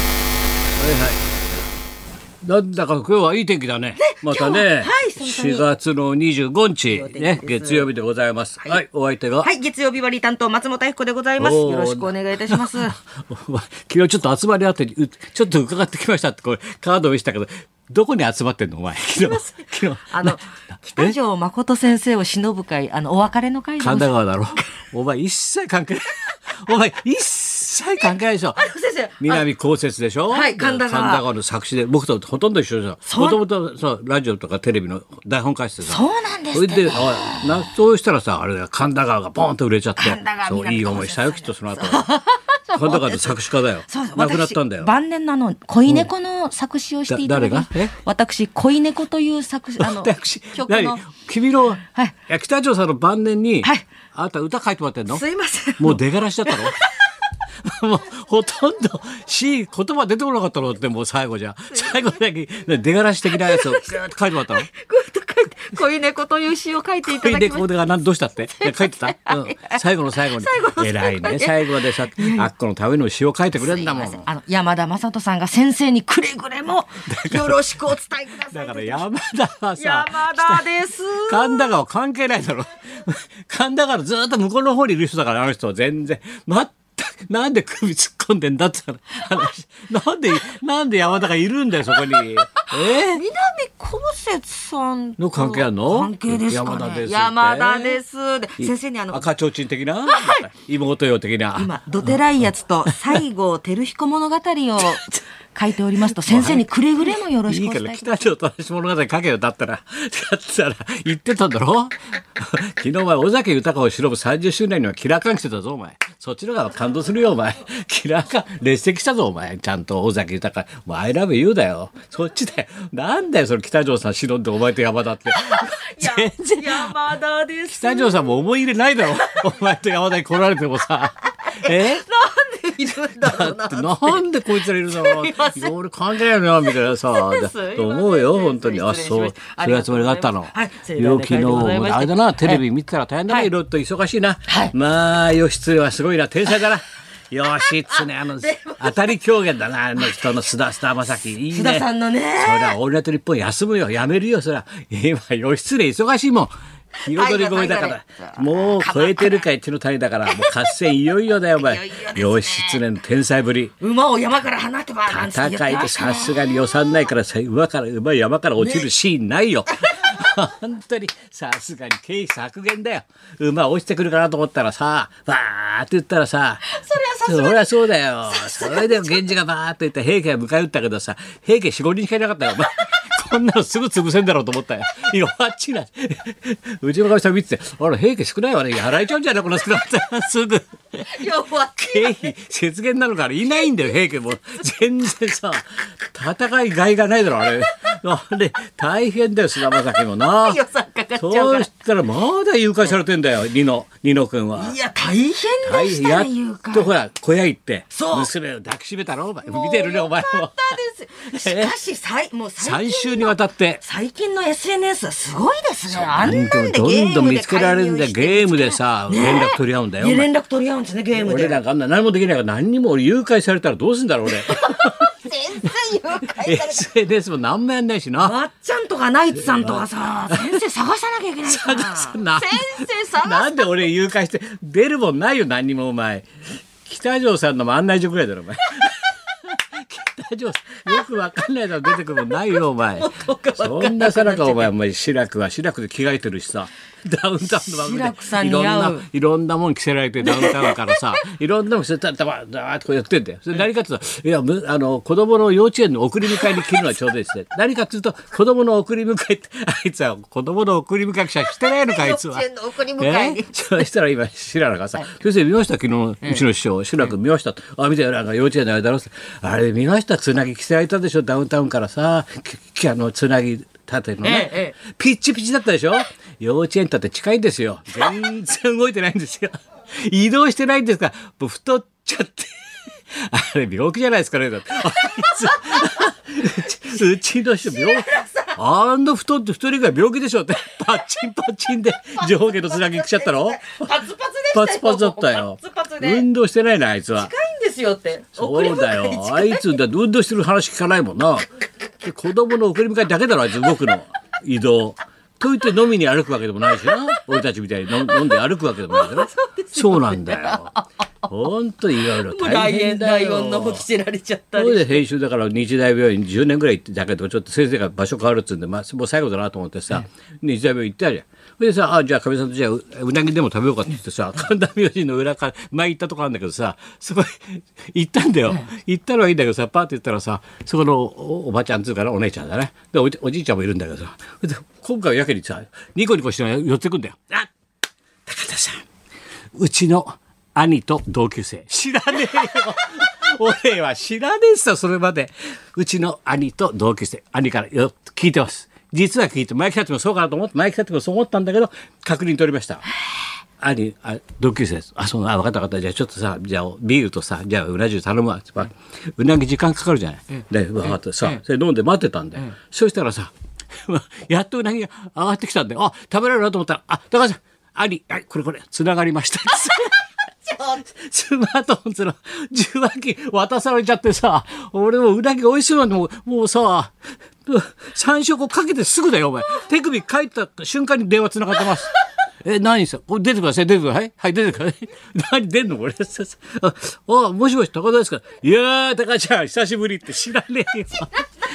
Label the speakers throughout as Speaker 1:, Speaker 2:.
Speaker 1: はいはい。なんだか今日はいい天気だね。またね
Speaker 2: 今日ははい、久々
Speaker 1: 4
Speaker 2: に
Speaker 1: 月の25日
Speaker 2: 予
Speaker 1: ね、
Speaker 2: 定です
Speaker 1: 月曜日でございます。はい、お相手が、
Speaker 2: はい、月曜日割り担当松本明子でございます。
Speaker 1: おー
Speaker 2: よろしくお願いいたします。
Speaker 1: お前昨日ちょっと集まりあってうちょっと伺ってきましたってこれカードを見せたけど、どこに集まってんのお前。昨日、昨日、
Speaker 2: あ
Speaker 1: な
Speaker 2: の
Speaker 1: な、
Speaker 2: 北条誠先生を忍ぶ会、あの、お別れの会でござい
Speaker 1: 神
Speaker 2: ま
Speaker 1: 田川
Speaker 2: す
Speaker 1: だろ。お前一切 関係ない。お前一切関係ないでしょ。
Speaker 2: あ先生、
Speaker 1: 南高雪でしょ
Speaker 2: はい神田川
Speaker 1: の作詞で僕とほとんど一緒じゃん
Speaker 2: そう
Speaker 1: もともとそうラジオとかテレビの台本返してさ
Speaker 2: そうなんです
Speaker 1: それ
Speaker 2: って
Speaker 1: であなそうしたらさあれだよ神田川がポンと売れちゃって
Speaker 2: 神田川
Speaker 1: そういい思いしたよきっとその後は
Speaker 2: そう
Speaker 1: 神田川の作詞家だよ
Speaker 2: そうそう
Speaker 1: 亡くなったんだよ
Speaker 2: 私晩年のあの、恋猫の作詞をしていただきま
Speaker 1: だ誰がえ
Speaker 2: 私、恋猫という作 詞、あの、
Speaker 1: 私
Speaker 2: 曲の
Speaker 1: 何。君の、い
Speaker 2: はい
Speaker 1: や北条さんの晩年に、
Speaker 2: はい
Speaker 1: あなた歌書いてもらってんの
Speaker 2: すいません。
Speaker 1: もう出がらしだったのもうほとんどし言葉出てこなかったのってもう最後じゃ最後だけ出がらし的なやつをずーっと書いてもらったの
Speaker 2: こうやって書いて、恋猫という詩を書いていただ
Speaker 1: で
Speaker 2: きま
Speaker 1: こ
Speaker 2: し
Speaker 1: れが何どうした っていや書いてた、うん、最後の最後に偉いね最後までさあっこのための詩を書いてくれるんだもん
Speaker 2: た。あの、山田雅人さんが先生にくれぐれも、よろしくお伝えくださ
Speaker 1: だ
Speaker 2: い
Speaker 1: か
Speaker 2: と。
Speaker 1: ら山田はさ
Speaker 2: 山田です。
Speaker 1: 神田川関係ないだろ 神田川のずーっと向こうの方にいる人だからあの人は全然全くなんで首突っ込んでんだって話 なんでなんで山田がいるんだよそ こにえー
Speaker 2: 南こうせつさんと
Speaker 1: の関係あんの
Speaker 2: 関係ですかね
Speaker 1: 山田ですって
Speaker 2: 山田ですで先生にあの
Speaker 1: 赤ちょうちん的な、妹よ的な
Speaker 2: 今どてらいやつと西郷輝彦 物語を書いておりますと先生にくれぐれもよろし
Speaker 1: いいか
Speaker 2: くお伝
Speaker 1: ら
Speaker 2: えくだ
Speaker 1: 北条正物語書けよだったらだったら言ってたんだろ 昨日お前尾崎豊を忍ぶ30周年にはキラー感来てたぞお前そっちの方が感動するよお前キラー感列席したぞお前ちゃんと尾崎豊もう「I love you」だよそっちだよなんだよその北条さん忍んでお前と山田って
Speaker 2: さいいや山田です
Speaker 1: 北条さんも思い入れない だろお前と山田に来られてもさえ
Speaker 2: なんでいるんだろう
Speaker 1: だ
Speaker 2: な
Speaker 1: ってなんでこいつらいるんだろう
Speaker 2: すいません
Speaker 1: 俺関係ないよなみたいなさ
Speaker 2: すいません
Speaker 1: だと思うよ
Speaker 2: すいません
Speaker 1: 本当にあ
Speaker 2: 失礼し
Speaker 1: そう
Speaker 2: まし
Speaker 1: そ
Speaker 2: た
Speaker 1: ういう集まりがあったの
Speaker 2: はい盛大
Speaker 1: 陽
Speaker 2: な
Speaker 1: 気
Speaker 2: 会でござい
Speaker 1: の
Speaker 2: ました
Speaker 1: あれだなテレビ見てたら大変だな
Speaker 2: はいい
Speaker 1: ろいろと忙しいな
Speaker 2: はい
Speaker 1: まあ義経はすごいな天才 だな義経あの
Speaker 2: で
Speaker 1: 当たり狂言だなあの人の須田須田正樹いいね
Speaker 2: 須田さんのね
Speaker 1: そりゃオールナイト日本休むよやめるよそりゃ今義経忙しいもん彩り声だか
Speaker 2: はい
Speaker 1: らもう超えてるかい手の谷だからもう合戦いよいよだよお前
Speaker 2: いよいよです
Speaker 1: 義
Speaker 2: ね
Speaker 1: 経の天才ぶり
Speaker 2: 馬を山から放てばなんて言って
Speaker 1: 戦
Speaker 2: ま
Speaker 1: い
Speaker 2: した
Speaker 1: とさ
Speaker 2: ね
Speaker 1: すがに予算ないからさ馬から馬山から落ちるシーンないよ、本当にさすがに経費削減だよ馬落ちてくるかなと思ったらさバーって言ったらさ
Speaker 2: そ
Speaker 1: そりゃそうだよそれでも源氏がバーって言って平家が迎え撃ったけどさ平家45人しかいなかったよお前こんなのすぐ潰せんだろうと思ったよ。いや、あっちな。うちのかみさん見てて、あら、平家少ないわね。やられちゃうんじゃないこの少なかったら。すぐ。
Speaker 2: 弱っ
Speaker 1: 経費節減なのからいないんだよ平家も全然さ戦いがいがないだろあれあれ大変だよ菅田将暉もな
Speaker 2: 予算かかっちゃうから
Speaker 1: そうしたらまだ誘拐されてんだよ二野二野君はい
Speaker 2: や大変で
Speaker 1: 大
Speaker 2: し
Speaker 1: 変
Speaker 2: た
Speaker 1: や
Speaker 2: ねゆう
Speaker 1: っ
Speaker 2: か
Speaker 1: とほら小屋行って
Speaker 2: そう
Speaker 1: 娘を抱きしめたろお前
Speaker 2: もう
Speaker 1: 見てるねお前
Speaker 2: よ
Speaker 1: も
Speaker 2: かったです。しかし、さい、もう最
Speaker 1: 3
Speaker 2: 近。
Speaker 1: 週にわたって
Speaker 2: 最近の SNS はすごいですね。あんなんで
Speaker 1: どんどん見
Speaker 2: ゲームで
Speaker 1: つけられるんだよゲームでさ
Speaker 2: ねえ
Speaker 1: 連絡取り合うんだよお
Speaker 2: い
Speaker 1: 前
Speaker 2: や連絡取り合うんですね、ゲームで。
Speaker 1: 俺なんかあんな何もできないから何にも俺誘拐されたらどうすん だろう俺
Speaker 2: 全然誘拐さ れた。
Speaker 1: SNS も何もやんないしな
Speaker 2: まっちゃんとかナイツさんとかさ、先生探さなきゃいけないから。
Speaker 1: 探さ な
Speaker 2: 先生探 さ
Speaker 1: なんで俺誘拐して出るもんないよ何にもお前北条さんのも案内所ぐらいだろお 前北条さんよくわかんないだろ出てくるもんないよお前そんなさなかお前お前志らくは志らくで着替えてるしさダウンタウンの番組
Speaker 2: 志らくさん
Speaker 1: でい
Speaker 2: 似
Speaker 1: ろん
Speaker 2: 合う
Speaker 1: な、いろんなもん着せられてダウンタウンからさいろんなもん着せたらたまだーっとこうやってんだよそれ何かっていうといやむあの子供の幼稚園の送り迎えに着るのはちょうどいいですね何かっていうと子供の送り迎えってあいつは子供の送り迎えしかしてないのかあいつは
Speaker 2: 幼稚園の送り迎えに
Speaker 1: えそしたら今白良がさ「先生見ました昨日のうちの師匠白良君見ました」あ見てなんか幼稚園の間のあれ見ましたつなぎ着せられたでしょダウンタウンからさききあのつなぎ立てのね、
Speaker 2: えええ
Speaker 1: ピッチピチだったでしょ幼稚園立て近いんですよ全然動いてないんです よ移動してないんですからもう太っちゃってあれ病気じゃないですかねだってあい つうちうちの人病気あんな太って太りが病気でしょってパッチンパッチンで上下のつなぎ来ちゃったの
Speaker 2: パツパツでしたよ。
Speaker 1: パツパツだったよ
Speaker 2: パツパツで。近いん
Speaker 1: 運動してないなあいつは
Speaker 2: でですよって。
Speaker 1: そうだ
Speaker 2: 送り迎え
Speaker 1: よ。あいつだって運動してる話聞かないもんな。で子供の送り迎えだけだろ、あいつ動くの。移動。と言って飲みに歩くわけでもないしな。俺たちみたいに飲ん飲んで歩くわけでもないから。 そうなんだよ。ほんといろいろ
Speaker 2: もうラ
Speaker 1: 大
Speaker 2: イエ
Speaker 1: 変
Speaker 2: ン
Speaker 1: だ
Speaker 2: ラ
Speaker 1: よ。
Speaker 2: イオンの方着せられちゃった
Speaker 1: それ
Speaker 2: り。
Speaker 1: で編集だから日大病院10年ぐらい行ってたけどちょっと先生が場所変わるっつうんで、まあ、もう最後だなと思ってさ、日大病院行ったじゃん。それでさあじゃあかみさんとじゃあううなぎでも食べようかって言ってさ神田明神の裏から前行ったとこあるんだけどさそこへ行ったんだよ、行ったのはいいんだけどさパーって言ったらさそこのおおばちゃんっつうかなお姉ちゃんだねでおじおじいちゃんもいるんだけどさそれで今回はやけにさニコニコして寄ってくんだよ。あ高田さんうちの兄と同級生。知らねえよ。俺は知らねえっすよ、それまで。うちの兄と同級生。兄からよ聞いてます。実は聞いて、マイキタッチもそうかなと思って、マイキタッチもそう思ったんだけど、確認取りました。兄、あ同級生です。あ、そうあ、分かった分かった。じゃあちょっとさ、じゃあビールとさ、じゃあうな重頼むわ。つってうなぎ時間かかるじゃない。で、分かった。さあ、それ飲んで待ってたんだよ。そしたらさ、 やっとうなぎが上がってきたんで、あ、食べられるなと思ったら、あ、高橋さん、兄、はい、これこれ、繋がりました。スマートフォンズの受話器渡されちゃってさ、俺もうなぎ美味しそうなんで、もうもうさ、3食かけてすぐだよ、お前。手首書いた瞬間に電話つながってます。え、何さ、これ出てください、出てください。はい、出てください。何出んのこれ。ささあ、あもしもし、高田ですかいやー、高ちゃん、久しぶりって知らねえよ。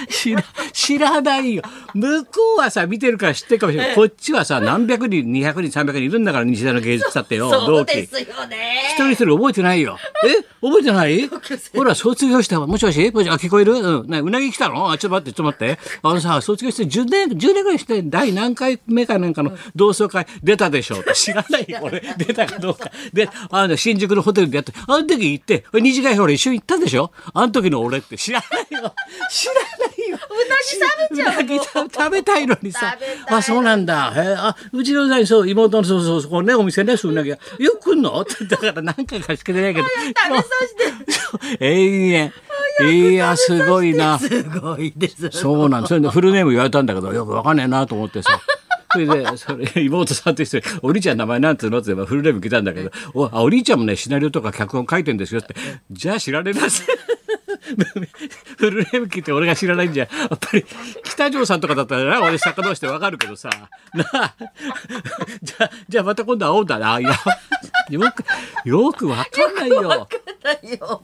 Speaker 1: 知ら、知らないよ。向こうはさ、見てるから知ってるかもしれない。こっちはさ、何百人、200人、300人いるんだから、西田の芸術だってよ、
Speaker 2: そう
Speaker 1: 同期。
Speaker 2: ですよね
Speaker 1: 一。人一人覚えてないよ。え覚えてないほら、卒業したわ。もしもしもしあ、聞こえるうん。ねうなぎ来たのあ、ちょっと待って、ちょっ と待って。あのさ、卒業して10年、10年ぐらいして、第何回目かなんかの同窓会出たでしょう。知らないよ、俺。出たかどうか。で、あの、新宿のホテルでやって、あの時行って、二次会ほら一緒に行ったでしょあの時の俺って知らないよ。知らないよ。 うなぎ食べちゃう。うなぎ食べたいのにさ
Speaker 2: 食べたい。の
Speaker 1: あ、そうなんだ。へえあ、うちのねそう、妹の、そうそう、そこね、お店ね、そううなぎが。よく来んのってだから何回かしか出ないけど。
Speaker 2: 食べさせて。
Speaker 1: そう永遠。いや、すごいな。
Speaker 2: すごいです。
Speaker 1: そうなんです。それでフルネーム言われたんだけど、よくわかんねえなと思ってさ。それで、それ、妹さんと一緒に、お兄ちゃんの名前なんていうのって言えばフルネーム聞いたんだけど、おあお兄ちゃんもね、シナリオとか脚本書いてんですよって、じゃあ知られます。 フルネーム聞いて俺が知らないんじゃ、やっぱり、北条さんとかだったらな、俺坂通してわかるけどさ、なあ、 じゃあ、じゃあまた今度会おうだな。いや、よく、よくわかんないよ。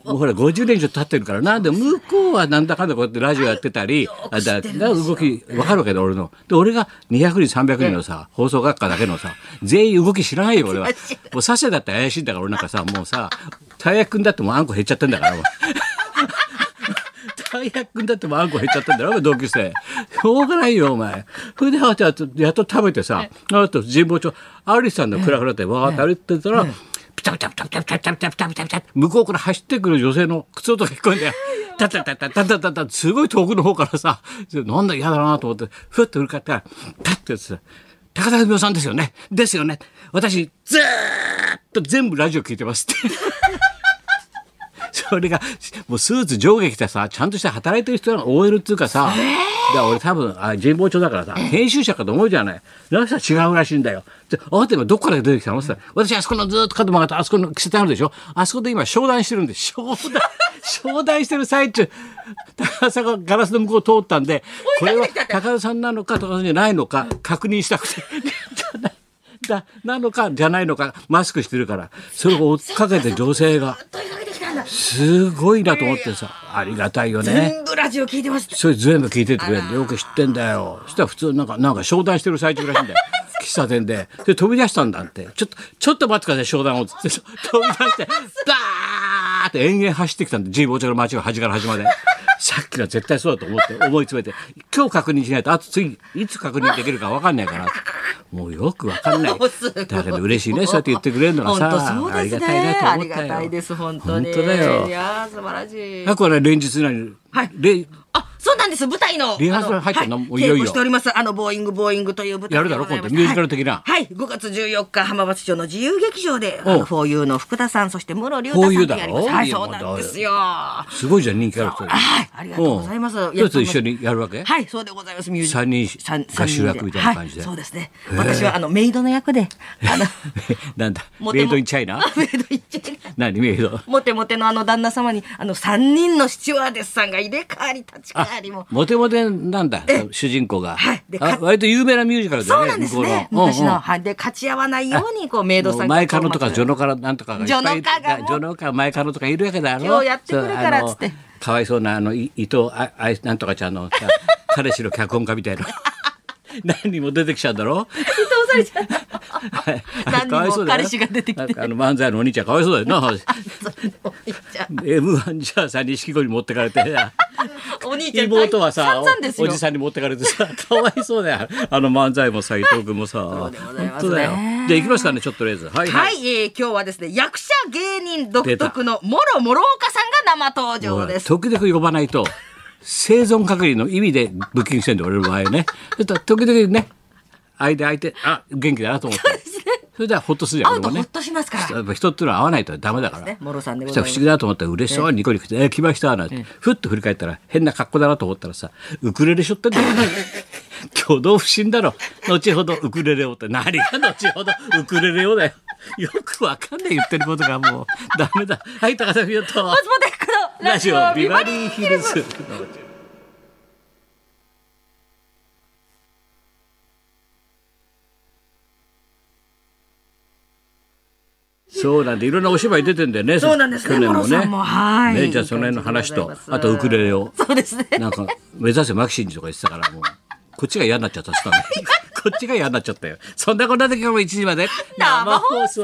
Speaker 1: もうほら50年以上経ってるからなでも向こうはなんだかんだこうやってラジオやってたりあだだ動き分かるわけだ俺ので俺が200人300人のさ放送学科だけのさ全員動き知らないよ俺はもうサシャだって怪しいんだから俺なんかさもうさ大役君だってもうあんこ減っちゃってんだからもう 大役君だってもうあんこ減っちゃってんだろ同級生しょうがないよお前それであとあとやっと食べてさあと神保町アリさんのクラクラってわーって歩いてたら、ピタピタピタピタピタピタピタピタピタ向こうから走ってくる女性の靴音が聞こえんだよ。タタタタタタタタすごい遠くの方からさ、なんだ嫌だなと思って、ふっと振り返ったら、パッてやつさ、高田文夫さんですよね。ですよね。私、ずーっと全部ラジオ聞いてますって。それがもうスーツ上下着てさちゃんとして働いてる人が OL っていうかさ、だから俺多分あ神保町だからさ編集者かと思うじゃないそしたら違うらしいんだよであなた今どっから出てきたのって言ったら私あそこのずーっと角曲がったあそこの着せてあるでしょあそこで今商談してるんで商談商談してる最中高田さんがガラスの向こう通ったんでこれは高田さんなのか高田さんじゃないのか確認したくて。 だなのかじゃないのかマスクしてるからそれを追っかけて女性が
Speaker 2: 問いかけてきたんだ。
Speaker 1: すごいなと思ってさ、ありがたいよね。
Speaker 2: 全部ラジオ聞いてました。
Speaker 1: それ全部聞いててくれるよく知ってんだよ。そしたら普通なんか、なんか商談してる最中らしい んだよ。喫茶店で。で、飛び出したんだって。ちょっと、ちょっと待ってください、商談を。つって、飛び出して、バーって延々走ってきたんで、神保町の街が端から端まで。さっきのは絶対そうだと思って、思い詰めて、今日確認しないと、あと次、いつ確認できるか分かんないから。もうよく分かんない。だけど嬉しいね、そうやって言ってくれるのが
Speaker 2: 本当
Speaker 1: さ、
Speaker 2: そう
Speaker 1: あ
Speaker 2: で
Speaker 1: り
Speaker 2: す
Speaker 1: が
Speaker 2: ね。
Speaker 1: たいなと
Speaker 2: あ
Speaker 1: 思
Speaker 2: り
Speaker 1: った
Speaker 2: が
Speaker 1: よ。
Speaker 2: たいです本当に。
Speaker 1: 本当だよ
Speaker 2: いやー素晴らしい。
Speaker 1: あ、これ連日何
Speaker 2: はい
Speaker 1: れ
Speaker 2: あ、そうなんです。舞台の
Speaker 1: リハーサル入ったの
Speaker 2: あはい
Speaker 1: もういよいよ
Speaker 2: 稽古しております。あのボーイングボーイングという舞台
Speaker 1: やるだろ
Speaker 2: でござい
Speaker 1: 今
Speaker 2: ます
Speaker 1: 度ミュージカル的な
Speaker 2: はい、はい5月14日浜松町の自由劇場で、
Speaker 1: おう
Speaker 2: あのフォーユーの福田さんそして室龍太さん
Speaker 1: フォーユーだろ
Speaker 2: とやります。はい、
Speaker 1: いや
Speaker 2: そうなんですよ。は
Speaker 1: すごいじゃん、人気ある人。
Speaker 2: い、ありがとうございます。
Speaker 1: うん
Speaker 2: やっ
Speaker 1: 一
Speaker 2: ぱ
Speaker 1: つ一緒にやるわけ
Speaker 2: はい、そうでございます。ミュージカル
Speaker 1: 三人
Speaker 2: 三
Speaker 1: が
Speaker 2: 三
Speaker 1: 主
Speaker 2: 人で
Speaker 1: 役みたいな感じで
Speaker 2: はそうですね。私はあのメイドの役で、あの
Speaker 1: なんだ、
Speaker 2: モテ
Speaker 1: レ
Speaker 2: モ
Speaker 1: ートインチャイナ
Speaker 2: メイドいっちゃいない。
Speaker 1: 何見える
Speaker 2: モテモテのあの旦那様にあの三人のシチュワーデスさんが入れ替わり立ち替わりも
Speaker 1: モテモテなんだ主人公が、
Speaker 2: はいで
Speaker 1: あ
Speaker 2: か
Speaker 1: 割と有名なミュージカルだ
Speaker 2: そ
Speaker 1: よ
Speaker 2: う
Speaker 1: ね
Speaker 2: なんですね
Speaker 1: 向こうの
Speaker 2: 昔の、はいで勝ち合わないようにこうメイドさんが
Speaker 1: 前カノとか
Speaker 2: こう
Speaker 1: ジョノカノなんとかがいっぱい
Speaker 2: ジョノカがもう
Speaker 1: ジョノカ前カノとかいるわけだろ
Speaker 2: 今日やってくるから
Speaker 1: そう
Speaker 2: つって
Speaker 1: あのかわいそうなあのい伊藤ああいなんとかちゃんのさ彼氏の脚本家みた いな何人も出てきちゃうんだろ
Speaker 2: 待って通さ れちゃう 何人も
Speaker 1: かわいそうだよ
Speaker 2: 彼氏が出てきて
Speaker 1: なんかあの 漫才のお兄ちゃんかわいそうだよ な
Speaker 2: お兄ちゃん
Speaker 1: M1 じゃあさ錦鯉に持ってかれて
Speaker 2: お兄ちゃん
Speaker 1: 妹はさ
Speaker 2: 散々です
Speaker 1: お
Speaker 2: よ
Speaker 1: おじさんに持ってかれてさかわいそうだ よあの漫才も斎藤君もさ
Speaker 2: うでございま
Speaker 1: 本当
Speaker 2: すね
Speaker 1: だよじゃあ行きますかねちょっととりあえずはい
Speaker 2: はい、えー今日はですね役者芸人独特のもろもろ岡さんが生登場です
Speaker 1: 時々呼ばないと生存確認の意味でブッキングしてんで俺の場合ねちょっと時々ね相手相手あ元気だなと思って それではほっとするじゃん
Speaker 2: 会う
Speaker 1: 俺
Speaker 2: と
Speaker 1: も
Speaker 2: ほっ
Speaker 1: ね
Speaker 2: としますから
Speaker 1: やっぱ人っていうのは合わないとダメだから、
Speaker 2: ねもろさんで
Speaker 1: そ
Speaker 2: ご
Speaker 1: し
Speaker 2: ざ
Speaker 1: たら不思
Speaker 2: います
Speaker 1: 議だなと思ったら嬉しそうにニコニコして「えー来ました」なんてふっと振り返ったら変な格好だなと思ったらさウクレレしょってん だよ挙動不審だろ後ほどウクレレをって何が後ほどウクレレをだよよくわかんない言ってることがもうダメだはい高田美代と
Speaker 2: 松本彦の
Speaker 1: ラ
Speaker 2: ラ
Speaker 1: ジ
Speaker 2: ジ
Speaker 1: オ
Speaker 2: オ
Speaker 1: ビ
Speaker 2: ビ
Speaker 1: バ
Speaker 2: バ
Speaker 1: リ
Speaker 2: リ
Speaker 1: ー
Speaker 2: ー
Speaker 1: ヒ
Speaker 2: ヒ
Speaker 1: ル
Speaker 2: ル
Speaker 1: ズ
Speaker 2: ズ。
Speaker 1: そうなんでいろんなお芝居出てんだよね。
Speaker 2: そうなんですね
Speaker 1: 去年も
Speaker 2: モロ
Speaker 1: ね。
Speaker 2: さんもはい
Speaker 1: ねじゃあその辺の話
Speaker 2: いい
Speaker 1: と
Speaker 2: 感じでございます
Speaker 1: あとウクレレを
Speaker 2: そうですね
Speaker 1: なんか目指せマキシンジとか言ってたからもうこっちが嫌になっちゃったっつったんだよこっちが嫌になっちゃったよ。そんなこんなで今日も1時まで
Speaker 2: 生放送